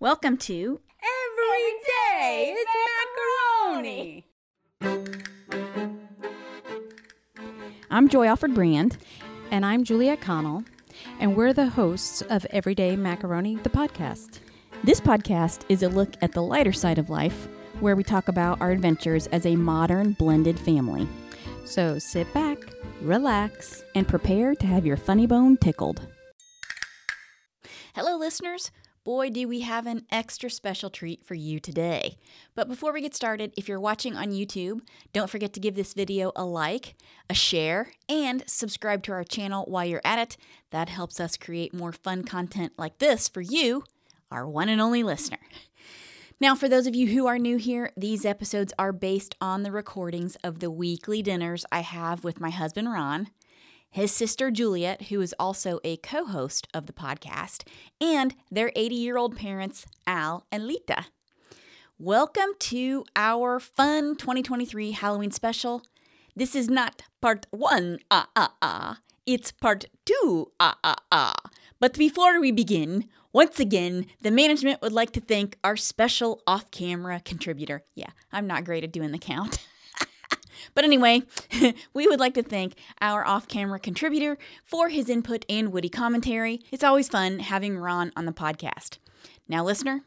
Welcome to Every day is macaroni. I'm Joy Alfred Brand. And I'm Julia Connell, and we're the hosts of Everyday Macaroni, the podcast. This podcast is a look at the lighter side of life, where we talk about our adventures as a modern blended family So sit back, relax. and prepare to have your funny bone tickled. Hello, listeners. Boy, do we have an extra special treat for you today. But before we get started, if you're watching on YouTube, don't forget to give this video a like, a share, and subscribe to our channel while you're at it. That helps us create more fun content like this for you, our one and only listener. Now, for those of you who are new here, these episodes are based on the recordings of the weekly dinners I have with my husband, Ron his sister Juliet, who is also a co host of the podcast, and their 80 year old parents, Al and Lita. Welcome to our fun 2023 Halloween special. This is not part one, ah, ah, ah. It's part two, ah, ah, ah. But before we begin, once again, the management would like to thank our special off camera contributor. Yeah, I'm not great at doing the count. But anyway, we would like to thank our off camera contributor for his input and witty commentary. It's always fun having Ron on the podcast. Now, listener,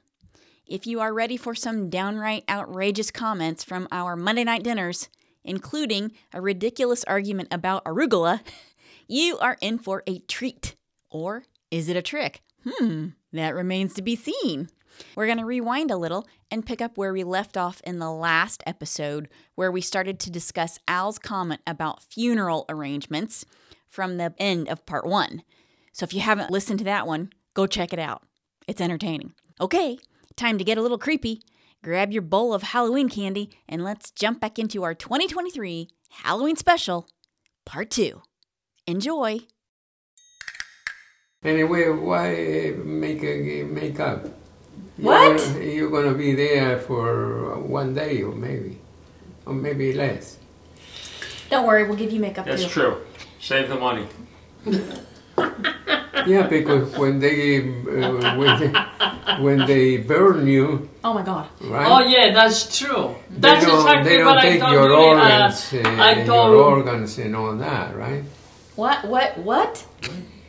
if you are ready for some downright outrageous comments from our Monday night dinners, including a ridiculous argument about arugula, you are in for a treat. Or is it a trick? Hmm, that remains to be seen. We're going to rewind a little and pick up where we left off in the last episode, where we started to discuss Al's comment about funeral arrangements from the end of part one. So if you haven't listened to that one, go check it out. It's entertaining. Okay, time to get a little creepy. Grab your bowl of Halloween candy and let's jump back into our 2023 Halloween special, part two. Enjoy. Anyway, why make a, make up? What? You're gonna, you're gonna be there for one day or maybe, or maybe less. Don't worry, we'll give you makeup That's true. Save the money. Yeah, because when they uh, when they, when they burn you, Oh my god. right? Oh yeah, that's true. That's they don't, exactly they don't what I take told your you. organs, uh, uh, I told your organs and all that, right? What? What? What?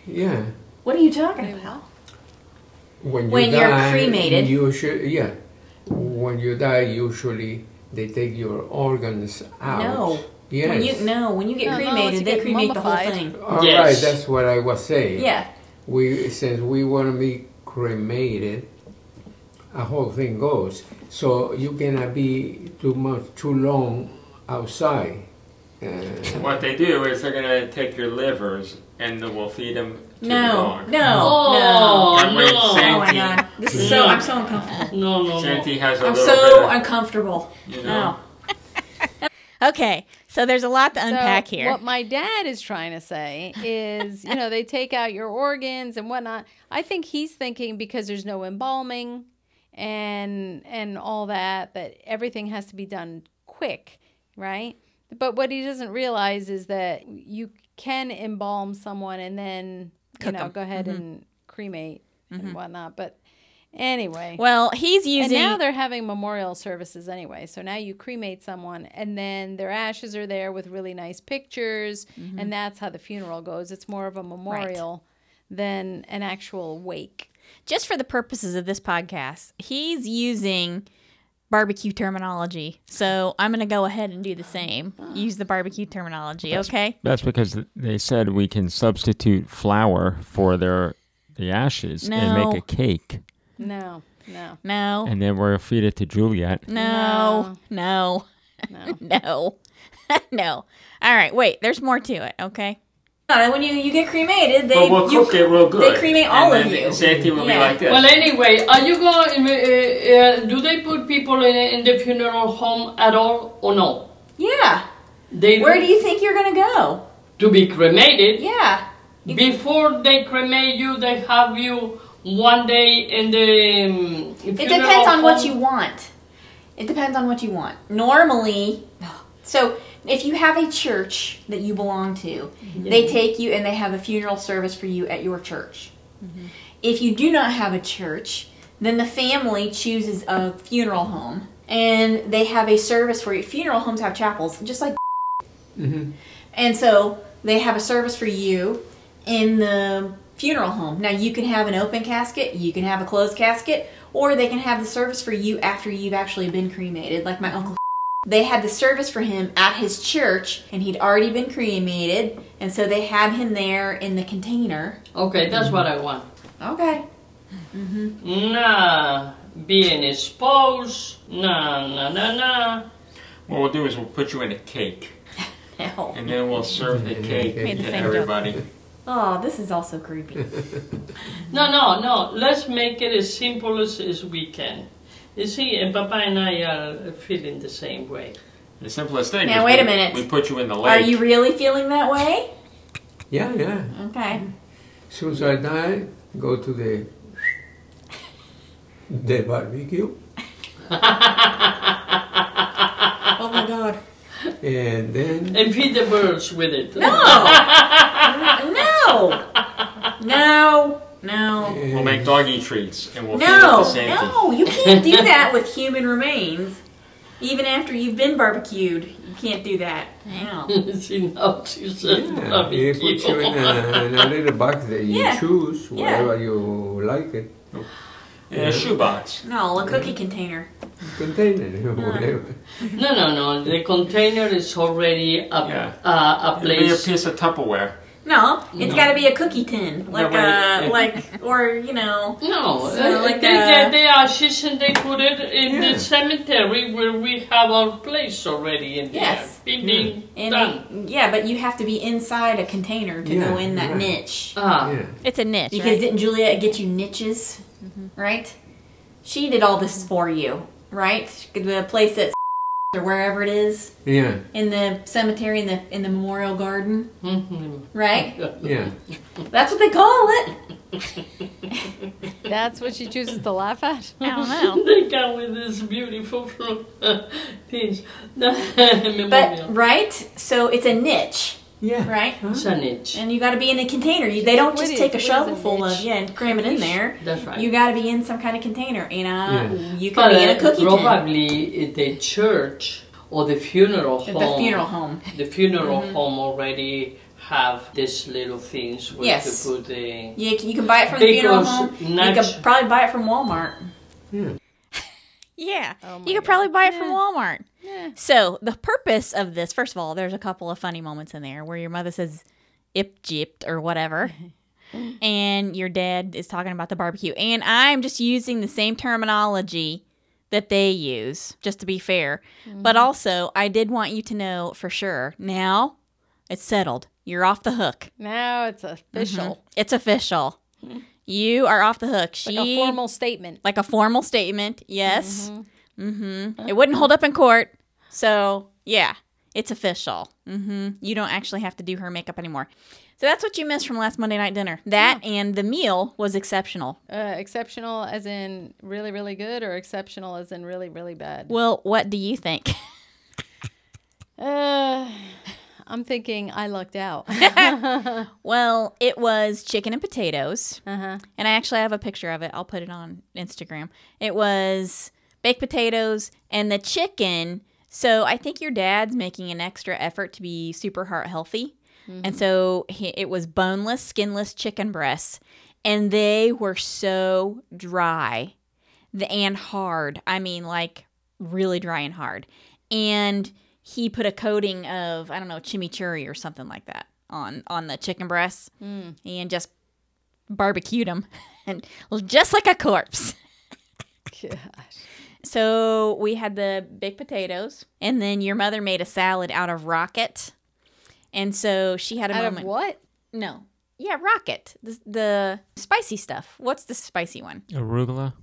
Yeah. What are you talking about? When, you When you're die, cremated. you should yeah. When you die, usually they take your organs out. No. Yes. When you no, when you get No, no, cremated, you they get cremate the mummified. whole thing. All right, Yes. that's what I was saying. Yeah. We since we want to be cremated, a whole thing goes. So you cannot be too much too long outside. Uh, What they do is they're gonna take your livers and they will feed them to the No. dog. No. Oh, No. And when no. Oh, Oh my Santi, god. This is so I'm so uncomfortable. No, no, no. Santi has a I'm little so bit uncomfortable. of, you know, No. okay. So there's a lot to unpack So here. What my dad is trying to say is, you know, they take out your organs and whatnot. I think he's thinking because there's no embalming and and all that that everything has to be done quick, right? But what he doesn't realize is that you can embalm someone and then you Cook Mm-hmm. know 'em. go ahead and cremate and whatnot. But anyway, well, he's and using now they're having memorial services anyway. So now you cremate someone and then their ashes are there with really nice pictures. And that's how the funeral goes. It's more of a memorial than an actual wake. just for the purposes of this podcast, he's using barbecue terminology. So I'm gonna go ahead and do the same. Use the barbecue terminology, okay? That's because they said we can substitute flour for their the ashes No. and make a cake, No, no, No. and then we'll feed it to Juliet. No. No. no. No. no. All right, wait, there's more to it, okay? When you, you get cremated, they But we'll cook it real good. they cremate all and of then you. Santi will Yeah. be like this. Well, anyway, are you going? Uh, uh, do they put people in, in the funeral home at all or no? Yeah. They Where do you think you're gonna go? to be cremated. Yeah. Before they cremate you, they have you one day in the. Um, It depends on what you want. It depends on what you want. Normally, so if you have a church that you belong to, they take you and they have a funeral service for you at your church. If you do not have a church, Then the family chooses a funeral home and they have a service for you. Funeral homes have chapels, just like. And so they have a service for you in the funeral home. Now you can have an open casket, you can have a closed casket, or they can have the service for you after you've actually been cremated, like my uncle. They had the service for him at his church, and he'd already been cremated, and so they had him there in the container. Okay, that's what I want. Okay. Nah, being exposed. Nah, nah, nah, nah. What we'll do is we'll put you in a cake, Now, and then we'll serve the cake Made to everybody. oh, this is also creepy. No, no, no. Let's make it as simple as, as we can. You see, and Papa and I are feeling the same way. The simplest thing. Now, is wait a we- minute. We put you in the lake. Are you really feeling that way? Yeah, yeah. Okay. Soon as I die, go to the the barbecue, Oh my god. and then And feed the birds with it. No! no! No! No. Oh We'll make doggy treats, and we'll feed it to No! Santa. No! You can't do that with human remains. Even after you've been barbecued, you can't do that. No. she knows she said yeah, they barbecue. put you in a, in a little box that you Yeah. choose, Yeah. whatever you like it, In a shoebox. No, a cookie container. Mm. container, whatever. No, no, no. The container is already a, Yeah. uh, a It'll be a place. piece of Tupperware. No, it's got to be a cookie tin, like No, uh, wait. like or you know. No, So, uh, like they a- get the ashes and they put it in Yeah. the cemetery where we have our place already in Yes. Hmm. there. Being And done. yeah, but you have to be inside a container to go Yeah, in that right. niche. Ah, Yeah. It's a niche. Mm-hmm. Because didn't Juliet get you niches, right? She did all this for you, right? The place that's or wherever it is yeah, in the cemetery in the in the memorial garden, mhm. right? yeah. That's what they call it. That's what she chooses to laugh at. I don't know. they come with this beautiful fruit things. But Memorial. right, so it's a niche, Yeah. right? Sausage. And you got to be in a container. You, they don't What just is- take a what is a shovel full of niche? yeah and cram it in there. That's right. You got to be in some kind of container, and uh, you can But be in a uh, cookie tin. probably uh, the church or the funeral At home. The funeral home. The funeral home already have these little things where Yes. to put the. You, you can buy it from the Big funeral old home. You nudge. can probably buy it from Walmart. Yeah. Oh my you could God. probably buy it from Walmart. So, the purpose of this, first of all, there's a couple of funny moments in there where your mother says ip gypped or whatever. and your dad is talking about the barbecue. And I'm just using the same terminology that they use, just to be fair. Mm-hmm. But also, I did want you to know for sure now it's settled. You're off the hook. Now it's official, It's official. You are off the hook. She a formal statement. like a formal statement. Yes. Mm-hmm. It wouldn't hold up in court. So yeah, it's official. hmm You don't actually have to do her makeup anymore. So that's what you missed from last Monday night dinner. That and the meal was exceptional. Uh, exceptional as in really, really good, or exceptional as in really, really bad? Well, what do you think? Uh, I'm thinking I lucked out. well, it was chicken and potatoes. And I actually have a picture of it. I'll put it on Instagram. It was baked potatoes and the chicken. So I think your dad's making an extra effort to be super heart healthy. And so he, it was boneless, skinless chicken breasts. And they were so dry th- and hard. I mean, like really dry and hard. And he put a coating of I don't know chimichurri or something like that on on the chicken breasts Hmm. and just barbecued them, and just like a corpse. Gosh. So we had the baked potatoes, and then your mother made a salad out of rocket, and so she had a Out of moment. what? No, yeah, rocket, the, the spicy stuff. What's the spicy one? Arugula?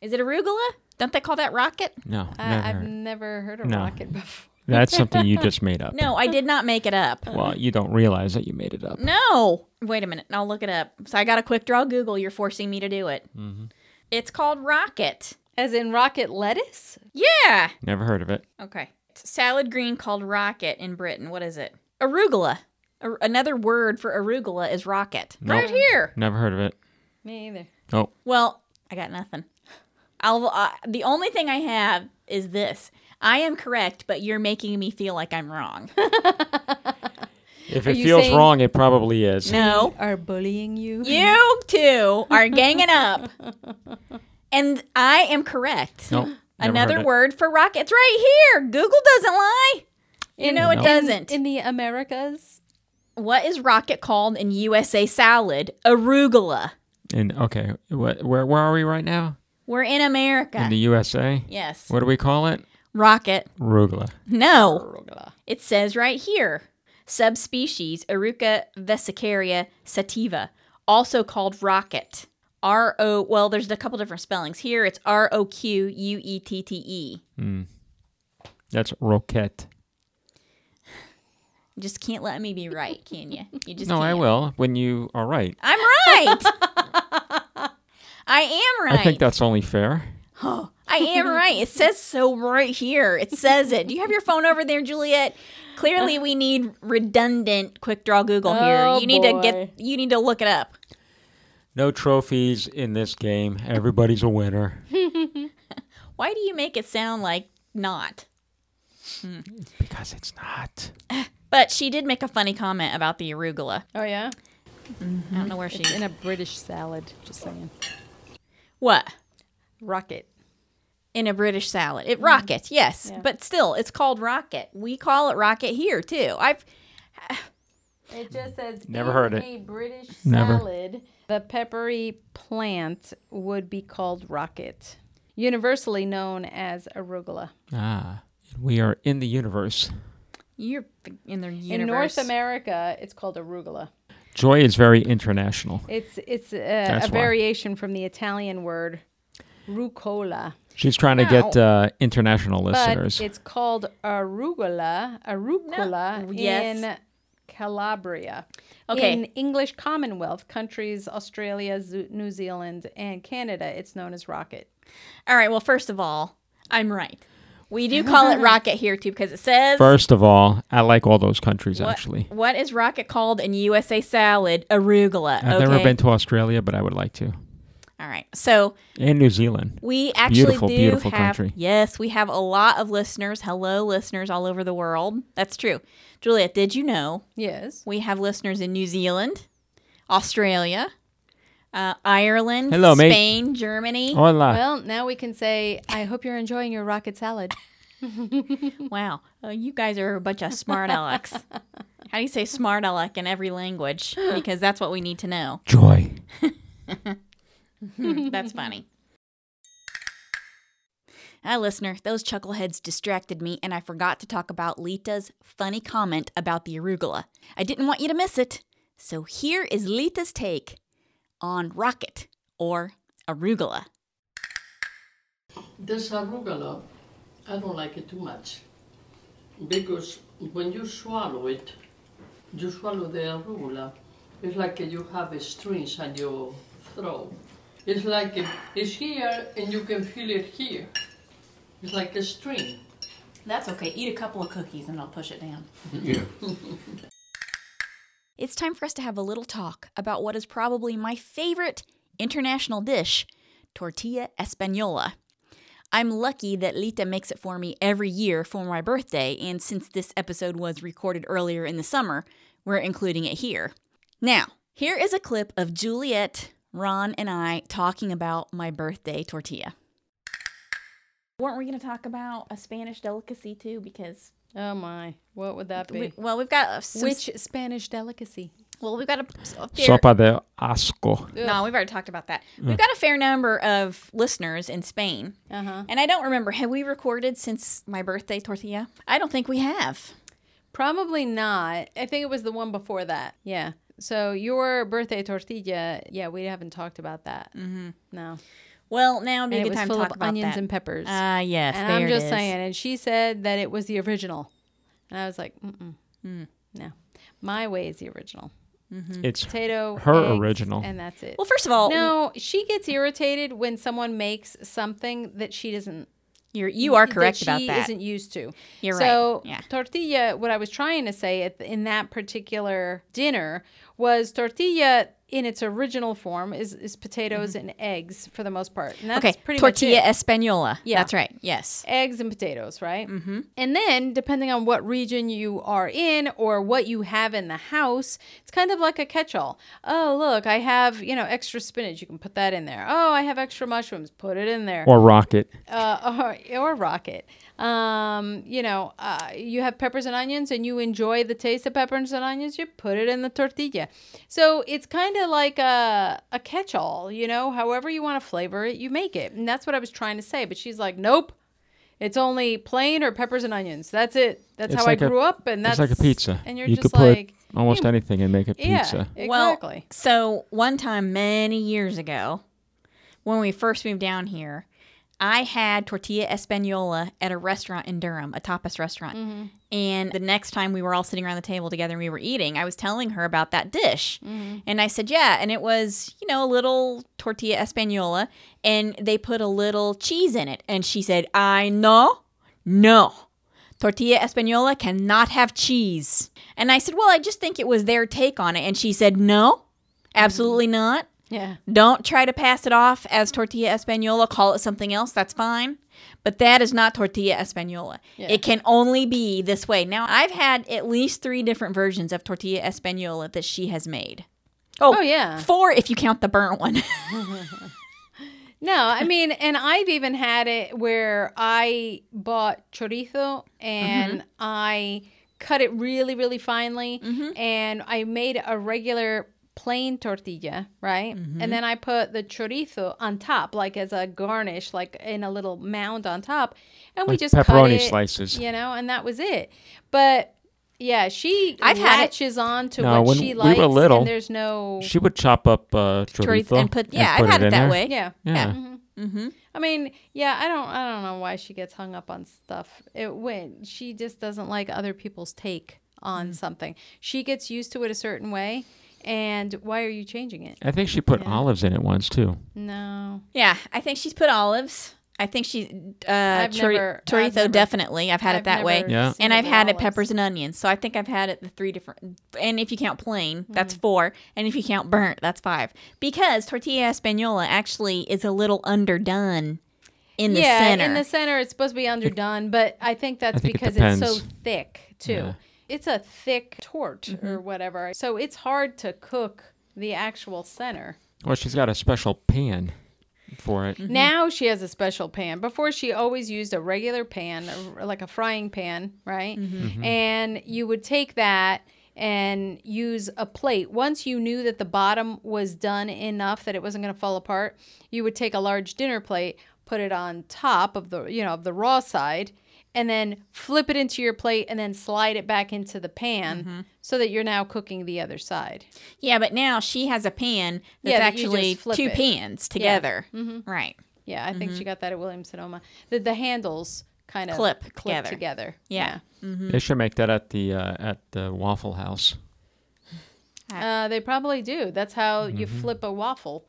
Is it arugula? Don't they call that rocket? No, Uh, never. I, I've never heard of No. rocket before. That's something you just made up. No, I did not make it up. Well, you don't realize that you made it up. No. Wait a minute. I'll look it up. So I got a quick draw Google. You're forcing me to do it. It's called Rocket. As in rocket lettuce? Yeah. Never heard of it. Okay. It's salad green called Rocket in Britain. What is it? Arugula. A- another word for arugula is rocket. Nope. Right here. Never heard of it. Me either. Oh, Well, I got nothing. I'll, uh, the only thing I have is this. I am correct, but you're making me feel like I'm wrong. If it you feels saying- wrong, it probably is. No, Are bullying you? you two are ganging up. And I am correct. Nope, never heard Another it. word for rocket. It's right here. Google doesn't lie. You know it No. doesn't. In the Americas? what is rocket called in USA salad? Arugula. And okay, what, where where are we right now? We're in America. In the USA. yes. What do we call it? Rocket. Rugla. No. It says right here subspecies Eruca vesicaria sativa, also called rocket. R O, well, there's a couple different spellings. Here it's R O Q U E T T E. That's roquette. You Just can't let me be right, can you? You just No, I can't. will when you are right. I'm right. I am right. I think that's only fair. I am right. It says so right here. It says it. Do you have your phone over there, Juliet? Clearly, we need redundant quick draw Google here. Oh, you need to get. You need to look it up. No trophies in this game. Everybody's a winner Why do you make it sound like not? because it's not. But she did make a funny comment about the arugula. Oh, yeah? I don't know where she. In a British salad, just saying. What Rocket. in a British salad? It rocket. Yes, but still, it's called rocket. We call it rocket here too. I've It just says Never in heard it. A British Never. salad. The peppery plant would be called rocket, universally known as arugula. Ah, we are in the universe. you're in the universe. In North America, it's called arugula. Joy is very international. It's it's a, a why. variation from the Italian word rucola, She's trying to get uh, international but listeners. it's called arugula, arucola yes. in Calabria. Okay. In English Commonwealth countries, Australia, Zu- New Zealand, and Canada, it's known as rocket. All right. Well, first of all, I'm right. We do call it rocket here too because it says First of all, I like all those countries What- actually. What is rocket called in USA salad? Arugula. I've okay. never been to Australia, but I would like to. All right. So And New Zealand. we actually beautiful, do beautiful have country. yes, we have a lot of listeners. Hello, listeners all over the world. That's true. Juliet, did you know Yes. we have listeners in New Zealand, Australia, uh, Ireland, Hello, mate. Oh, Spain, Germany? Hola. Well, now we can say, I hope you're enjoying your rocket salad. Wow, oh, you guys are a bunch of smart alecks. How do you say smart alec in every language? Because that's what we need to know. Joy. That's funny. Hi, listener. Those chuckleheads distracted me, and I forgot to talk about Lita's funny comment about the arugula. I didn't want you to miss it. So here is Lita's take on rocket or arugula. This arugula, I don't like it too much because when you swallow it, you swallow the arugula. It's like you have a string inside your throat. It's like it- it's here and you can feel it here. It's like a string. That's okay. Eat a couple of cookies and I'll push it down. Yeah. It's time for us to have a little talk about what is probably my favorite international dish, tortilla española. I'm lucky that Lita makes it for me every year for my birthday, and since this episode was recorded earlier in the summer, we're including it here. Now, here is a clip of Juliet, Ron, and I talking about my birthday tortilla. Weren't we going to talk about a Spanish delicacy too? Because, Oh my, what would that be? we, well, we've got a, some- Which Spanish delicacy? well, we've got a, a fair- Sopa de asco. Mm-hmm. No, we've already talked about that. We've got a fair number of listeners in Spain. Uh-huh. And I don't remember, have we recorded since my birthday tortilla? I don't think we have. Probably not. I think it was the one before that. Yeah. So your birthday tortilla, yeah, we haven't talked about that. Mm-hmm. No. Well, now would be And a it good was time to full talk of about onions that. and peppers. Ah, yes. and there I'm it just is. saying, and she said that it was the original. And I was like, mm-mm, Hmm. no. My way is the original. It's Potato, Her eggs, original. And that's it. Well, first of all, No, she gets irritated when someone makes something that she doesn't. you're, you are that correct she about that. Isn't used to. You're so right. Yeah. tortilla. What I was trying to say at, in that particular dinner was tortilla. in its original form is, is potatoes and eggs for the most part. And that's Mm-hmm. Okay, pretty tortilla much it. española. Yeah. That's right. Yes. Eggs and potatoes, right? Mm-hmm. And then, depending on what region you are in or what you have in the house, it's kind of like a catch-all. Oh, look, I have you know extra spinach. You can put that in there. Oh, I have extra mushrooms. Put it in there. Or rocket. uh, or, or rocket. Um, you know, uh, you have peppers and onions and you enjoy the taste of peppers and onions, you put it in the tortilla. So it's kind of like a, a catch all, you know, however you want to flavor it, you make it. And that's what I was trying to say. But she's like, nope, it's only plain or peppers and onions. That's it. That's It's how like I a- grew up. And that's it's like a pizza. And you're you just could put like, almost "Hmm, anything and make a yeah, pizza. exactly. Well, so one time many years ago, when we first moved down here, I had tortilla española at a restaurant in Durham, a tapas restaurant. And the next time we were all sitting around the table together and we were eating, I was telling her about that dish. And I said, Yeah. And it was, you know, a little tortilla española. And they put a little cheese in it. And she said, I know. No. Tortilla Española cannot have cheese. And I said, Well, I just think it was their take on it. And she said, No, absolutely Mm-hmm. not. yeah. Don't try to pass it off as Tortilla Española. Call it something else. That's fine. But that is not Tortilla Española. It can only be this way. Now, I've had at least three different versions of Tortilla Española that she has made. Oh, Oh, yeah. Four if you count the burnt one. No, I mean, and I've even had it where I bought chorizo and Mm-hmm. I cut it really, really finely Mm-hmm. and I made a regular plain tortilla, right? Mm-hmm. And then I put the chorizo on top, like as a garnish, like in a little mound on top. And we Like just cut pepperoni it, slices. you know, and that was it. But yeah, she I've had it- latches on to No, what when she we were likes, little, and there's no She would chop up uh, Tortilla- chorizo and put, yeah, put I've had it, in that there. way. yeah. Yeah. I mean, yeah, I don't, I don't know why she gets hung up on stuff. It when she just doesn't like other people's take Mm. on something. She gets used to it a certain way, and why are you changing it? I think she put olives in it once too. No, Yeah, I think she's put olives. I think she uh, I've chori- never- chorizo I've never- definitely. I've had it I've that way, never Yeah. seen and I've with had it olives. peppers and onions. So I think I've had it the three different. And if you count plain, Mm-hmm. that's four. And if you count burnt, that's five. Because tortilla española actually is a little underdone in the yeah, center. in the center, it's supposed to be underdone, but I think that's I think it because it's so depends. thick too. Yeah. Mm-hmm. It's a thick tort or whatever, so it's hard to cook the actual center. Well, she's got a special pan for it. Now she has a special pan. Before she always used a regular pan, a- like a frying pan, right? And you would take that and use a plate. Once you knew that the bottom was done enough that it wasn't going to fall apart, you would take a large dinner plate, put it on top of the, you know, of the raw side, and then flip it into your plate and then slide it back into the pan so that you're now cooking the other side. yeah, but now she has a pan that's Yeah, that you just actually flip two it. Mm-hmm. pans together. Right. Yeah, I think she got that at Williams Sonoma. The, the handles kind of Mm-hmm. Clip clip together. together. Yeah. They should make that at the uh, at the Waffle House. Uh, they probably do. That's how you flip a waffle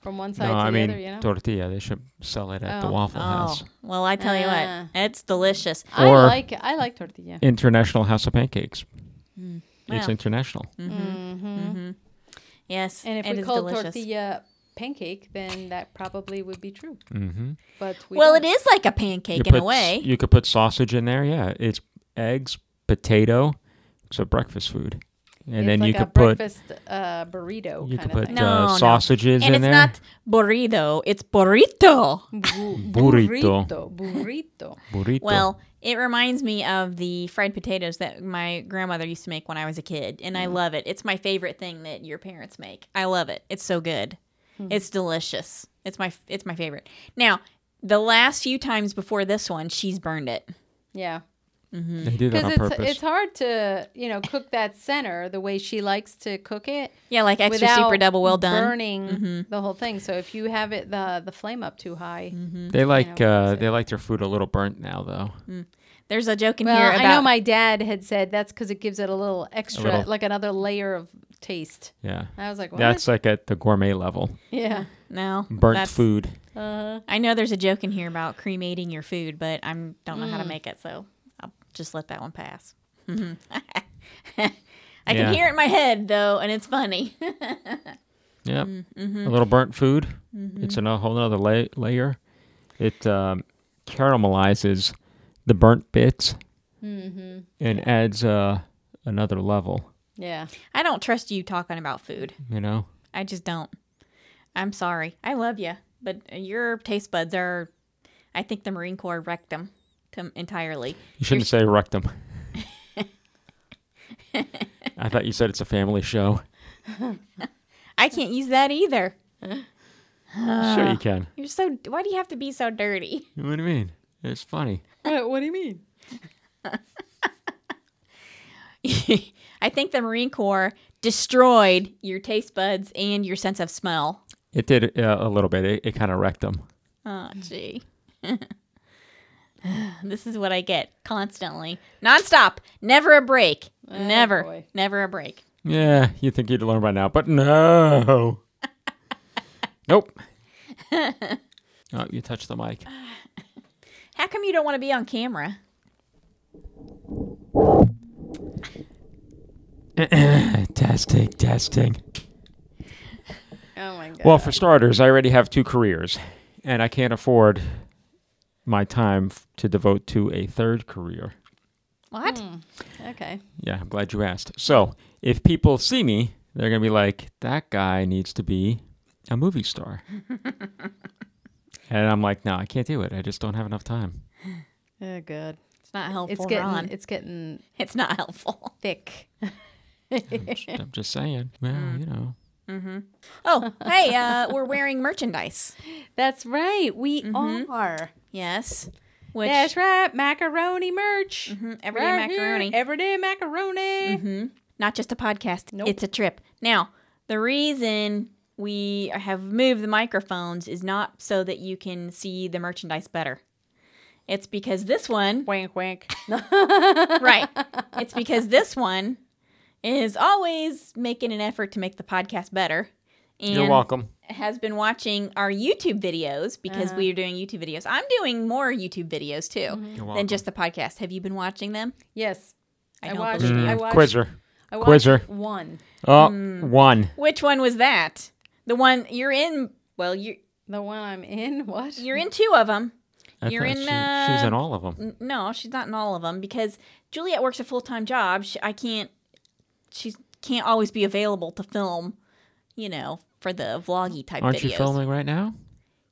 from one side Mm-hmm. no, to I the mean other. You know, tortilla. They should sell it at the Waffle Oh House. well, I tell you Ah. what, it's delicious. I Or- like I like tortilla. International House of Pancakes. It's Mm. Well. international. Yes, Mm-hmm. And if it we is called delicious. tortilla pancake, then that probably would be true. Mm-hmm. But we well, it don't. is like a pancake in put a s- way. You could put sausage in there. Yeah, it's eggs, potato. It's a breakfast food, and It's then like you a could put breakfast uh, burrito you kind could of put thing. No, uh, no. sausages and it's in there. not burrito, it's burrito. burrito. burrito, burrito. burrito. Well, it reminds me of the fried potatoes that my grandmother used to make when I was a kid, and I love it. It's my favorite thing that your parents make. I love it. It's so good. Hmm. It's delicious. It's my it's my favorite. Now, the last few times before this one, she's burned it. Yeah, they do that on because Mm-hmm. it's purpose. it's hard to you know cook that center the way she likes to cook it. Yeah, like extra without super double well done. burning the whole thing. So if you have it the the flame up too high, they like uh, they like their food a little burnt now though. There's a joke in Well, here about I know my dad had said that's because it gives it a little extra, little- like another layer of taste. Yeah, I was like, what? that's like at the gourmet level. yeah. Uh-huh. no Burnt that's- food. I know there's a joke in here about cremating your food, but I am don't know how to make it, so I'll just let that one pass. I Yeah. can hear it in my head though, and it's funny. Yeah. Mm-hmm. A little burnt food. It's in a whole other la- layer. It um, caramelizes the burnt bits Mm-hmm. and adds uh, another level, Yeah. I don't trust you talking about food. you know? I just don't. I'm sorry. I love you, but your taste buds are. I think the Marine Corps wrecked them to entirely. You shouldn't say rectum. I thought you said it's a family show. I can't use that either. Uh, sure, you can. You're so. Why do you have to be so dirty? What do you mean? It's funny. what do you mean? I think the Marine Corps destroyed your taste buds and your sense of smell. It did uh, a little bit. It, it kind of wrecked them. Oh, gee. this is what I get constantly, nonstop, never a break, never, Oh, boy. never a break. Yeah, you'd think you'd learn by now, but no. nope. oh, you touched the mic. How come you don't want to be on camera? testing, testing. Oh my god. Well, for starters, I already have two careers, and I can't afford my time f- to devote to a third career. What? Hmm. Okay. Yeah, I'm glad you asked. So, if people see me, they're going to be like, that guy needs to be a movie star. and I'm like, no, I can't do it. I just don't have enough time. Oh god. It's not helpful, It's getting Ron. it's getting It's not helpful. thick. I'm just, I'm just saying. Well, Mm. you know. Oh, hey, uh, we're wearing merchandise. That's right. We are. Yes. Which Mm-hmm. That's right. Macaroni merch. everyday Right here. macaroni. Everyday macaroni. not just a podcast. It's a trip. Now, the reason we have moved the microphones is not so that you can see the merchandise better. It's because this one, Wink wink. right? It's because this one is always making an effort to make the podcast better. And You're welcome. Has been watching our YouTube videos because we are doing YouTube videos. I'm doing more YouTube videos too than welcome. just the podcast. Have you been watching them? Yes. I don't watched- believe you. I Mm. watched, Quizzer. I watched Quizzer. one. Oh, Mm. one. Which one was that? The one you're in? Well, you The one I'm in. What? you're in two of them. I You're in, thought She, she was uh, in all of them. No, she's not in all of them because Juliet works a full time job. She, I can't. She can't always be available to film. You know, for the vloggy type Aren't videos. you filming right now?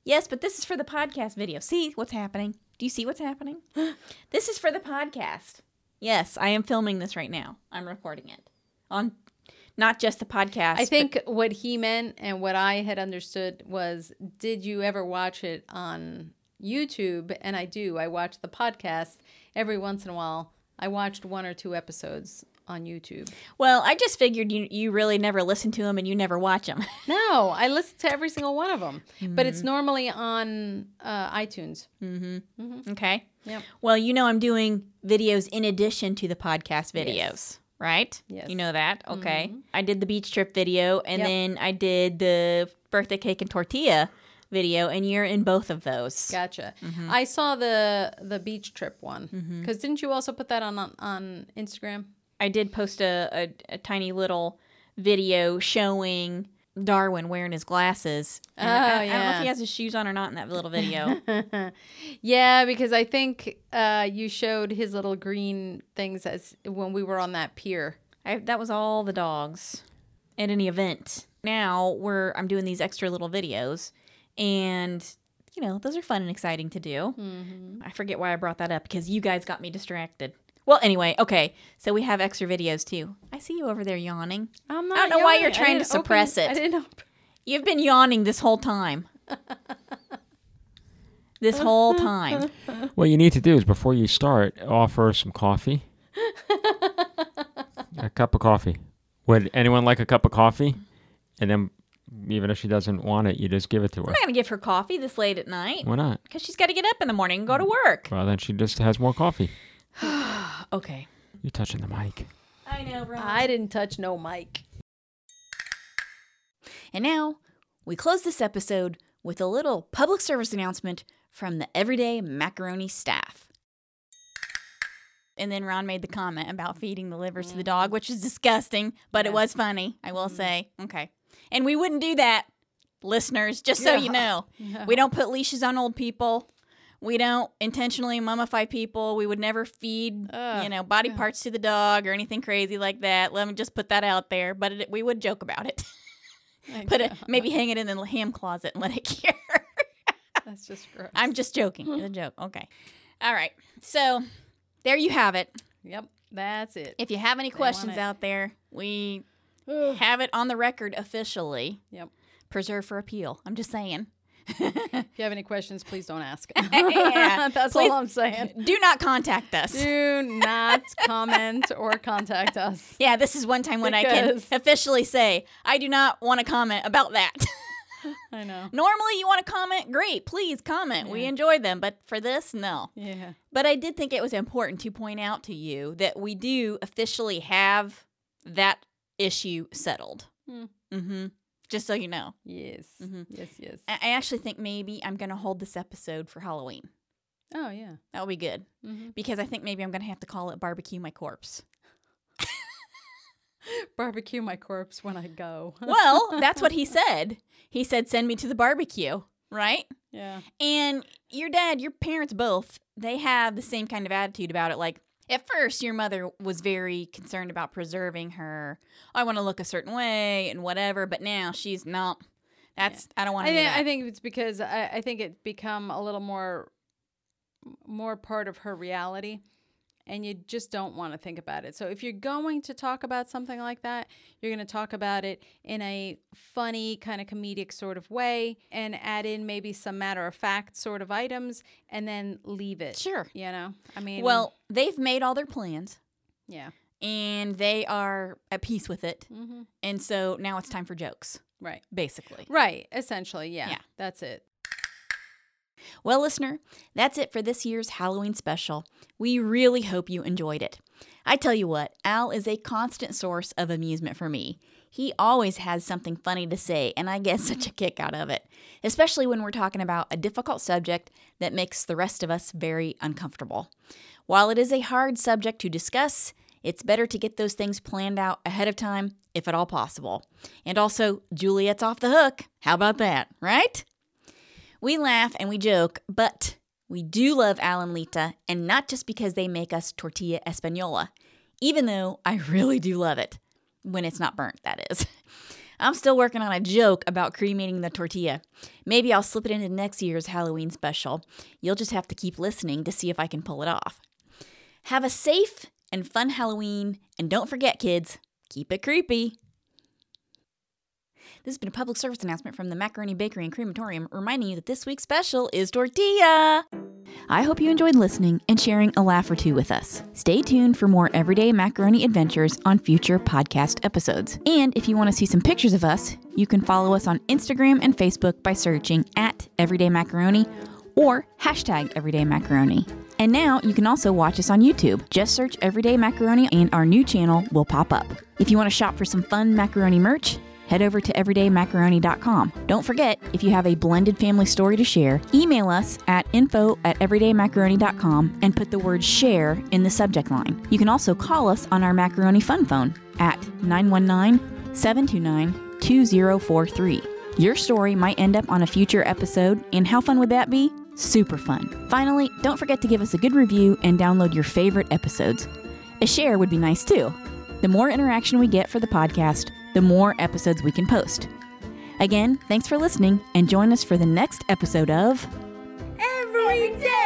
Yes, but this is for the podcast video. See what's happening? Do you see what's happening? this is for the podcast. Yes, I am filming this right now. I'm recording it on not just the podcast. I think what he meant and what I had understood was did you ever watch it on YouTube? And I do. I watch the podcast every once in a while. I watched one or two episodes on YouTube. Well, I just figured you you really never listen to them and you never watch them. No, I listen to every single one of them, but it's normally on uh, iTunes. okay. Yep. Well, you know I'm doing videos in addition to the podcast videos, right? Yes. You know that. Okay. I did the beach trip video and Yep. then I did the birthday cake and tortilla video and you're in both of those. Gotcha. I saw the the beach trip one because didn't you also put that on on, on Instagram? I did post a, a, a tiny little video showing Darwin wearing his glasses. And I, Oh, I don't know if yeah. he has his shoes on or not in that little video. Yeah, because I think uh, you showed his little green things as when we were on that pier. I, that was all the dogs at any event. Now we're I'm doing these extra little videos, and you know those are fun and exciting to do. I forget why I brought that up because you guys got me distracted. Well, anyway, okay. So we have extra videos too. I see you over there yawning. I'm I don't know why you're trying to suppress it. I didn't. Op- You've been yawning this whole time. this whole time. What you need to do is before you start, offer some coffee. a cup of coffee. Would anyone like a cup of coffee? And then, even if she doesn't want it, you just give it to her. I'm not gonna give her coffee this late at night Why not? because she's got to get up in the morning and go to work. Well, then she just has more coffee. Okay. You're touching the mic. I know, Ron. I didn't touch no mic. And now we close this episode with a little public service announcement from the Everyday Macaroni staff. And then Ron made the comment about feeding the livers to the dog, which is disgusting, but it was funny, I will say. Okay. And we wouldn't do that, listeners, just so you know. We don't put leashes on old people. We don't intentionally mummify people. We would never feed, you know, body parts to the dog or anything crazy like that. Let me just put that out there. But it, we would joke about it. put it, maybe hang it in the ham closet and let it cure. That's just gross. I'm just joking. It's a joke. Okay. All right. So there you have it. Yep, that's it. If you have any questions it. out there, we have it on the record officially. Yep. Preserved for appeal. I'm just saying. If you have any questions, please don't ask. Yeah, that's please- all I'm saying. Do not contact us. Do not comment or contact us. Yeah, this is one time when I Because- can officially say, I do not want to comment about that. I know. Normally, you want to comment? Great, please comment. We enjoy them. But for this, no. Yeah. But I did think it was important to point out to you that we do officially have that issue settled. Hmm. hmm Just so you know. Yes. Mhm. Mm-hmm. Yes. Yes. I I actually think maybe I'm going to hold this episode for Halloween. Oh yeah. That'll be good Mhm. because I think maybe I'm going to have to call it Barbecue My Corpse. Barbecue my corpse when I go. Well, that's what he said. He said, Send me to the barbecue, right? yeah. And your dad, your parents both, they have the same kind of attitude about it. Like, at first, your mother was very concerned about preserving her. I want to look a certain way and whatever, but now she's not. That's, I don't want I to do think that. I think it's because I, I think it's become a little more more part of her reality and you just don't want to think about it. So if you're going to talk about something like that, you're going to talk about it in a funny kind of comedic sort of way and add in maybe some matter of fact sort of items and then leave it. Sure. You know. I mean well, they've made all their plans yeah. and they are at peace with it. hmm And so now it's time for jokes, Right. basically. Right, essentially, yeah. Yeah. That's it. Well, listener, that's it for this year's Halloween special. We really hope you enjoyed it. I tell you what, Al is a constant source of amusement for me. He always has something funny to say, and I get such a kick out of it, especially when we're talking about a difficult subject that makes the rest of us very uncomfortable. While it is a hard subject to discuss, it's better to get those things planned out ahead of time, if at all possible. And also, Juliet's off the hook. How about that, right? We laugh and we joke, but we do love Al and Lita, and not just because they make us tortilla española, even though I really do love it. When it's not burnt, that is. I'm still working on a joke about cremating the tortilla. Maybe I'll slip it into next year's Halloween special. You'll just have to keep listening to see if I can pull it off. Have a safe and fun Halloween, and don't forget, kids, keep it creepy. This has been a public service announcement from the Macaroni Bakery and Crematorium reminding you that this week's special is tortilla. I hope you enjoyed listening and sharing a laugh or two with us. Stay tuned for more everyday macaroni adventures on future podcast episodes. And if you want to see some pictures of us, you can follow us on Instagram and Facebook by searching at Everyday Macaroni or hashtag Everyday Macaroni. And now you can also watch us on YouTube. Just search Everyday Macaroni and our new channel will pop up. If you want to shop for some fun macaroni merch, head over to everydaymacaroni.com. Don't forget, if you have a blended family story to share, email us at info at everydaymacaroni.com and put the word share in the subject line. You can also call us on our Macaroni Fun Phone at 919 729 2043. Your story might end up on a future episode, and how fun would that be? Super fun. Finally, don't forget to give us a good review and download your favorite episodes. A share would be nice too. The more interaction we get for the podcast, the more episodes we can post. Again, thanks for listening and join us for the next episode of Every Day.